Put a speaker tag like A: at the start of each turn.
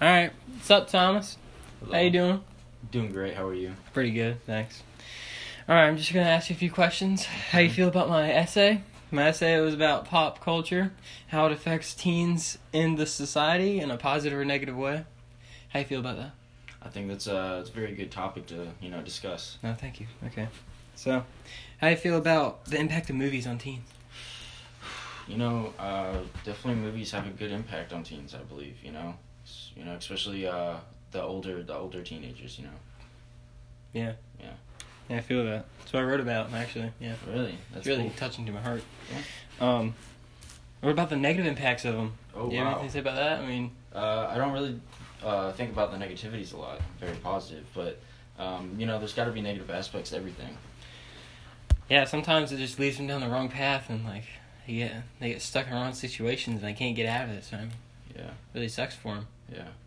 A: All right. What's up, Thomas? How you doing?
B: uh, Doing great. How are you?
A: Pretty good, thanks. All right, I'm just gonna ask you a few questions. How
B: Mm-hmm.
A: you feel about my essay? My essay was about pop culture, how it affects teens in the society in a positive or negative way. How you feel about that?
B: I think that's a it's a very good topic to you know discuss.
A: No, thank you. Okay. So, how you feel about the impact of movies on teens?
B: You know, uh, definitely movies have a good impact on teens. I believe you know, S- you know, especially uh, the older the older teenagers. You know,
A: Yeah.
B: Yeah.
A: Yeah, I feel that. That's what I wrote about, actually. Yeah.
B: really,
A: It's
B: that's
A: really
B: cool.
A: touching to my heart. Um, what about the negative impacts of them?
B: Oh
A: you have
B: wow.
A: anything to say about that? I mean,
B: Uh, I don't really uh, think about the negativities a lot. Very positive, but um, you know, there's got to be negative aspects to everything.
A: yeah, sometimes it just leads them down the wrong path, and like, yeah, they get stuck in wrong situations and they can't get out of it. So I mean,
B: Yeah,
A: it really sucks for them.
B: yeah.